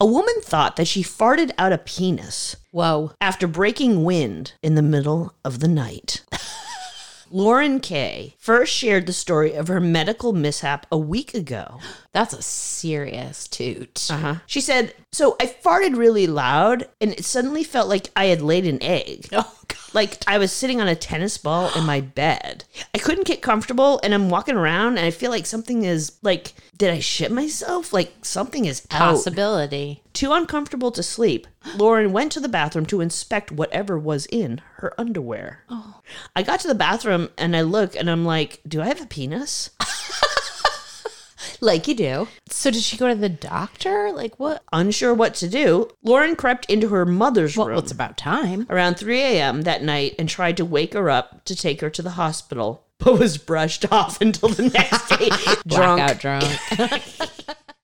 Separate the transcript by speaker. Speaker 1: A woman thought that she farted out a penis
Speaker 2: Whoa.
Speaker 1: after breaking wind in the middle of the night. Lauren Kay first shared the story of her medical mishap a week ago.
Speaker 2: That's a serious toot.
Speaker 1: Uh-huh. She said, So I farted really loud and it suddenly felt like I had laid an egg.
Speaker 2: Oh, God.
Speaker 1: Like I was sitting on a tennis ball in my bed. I couldn't get comfortable and I'm walking around and I feel like something is like, did I shit myself? Like something is out.
Speaker 2: Possibility.
Speaker 1: Too uncomfortable to sleep, Lauren went to the bathroom to inspect whatever was in her underwear. I got to the bathroom and I look and I'm like, do I have a penis?
Speaker 2: Like you do. So did she go to the doctor? Like what?
Speaker 1: Unsure what to do, Lauren crept into her mother's
Speaker 2: Well,
Speaker 1: room.
Speaker 2: it's about time.
Speaker 1: around 3 a.m. that night and tried to wake her up to take her to the hospital, but was brushed off until the next day. drunk.
Speaker 2: Blackout drunk.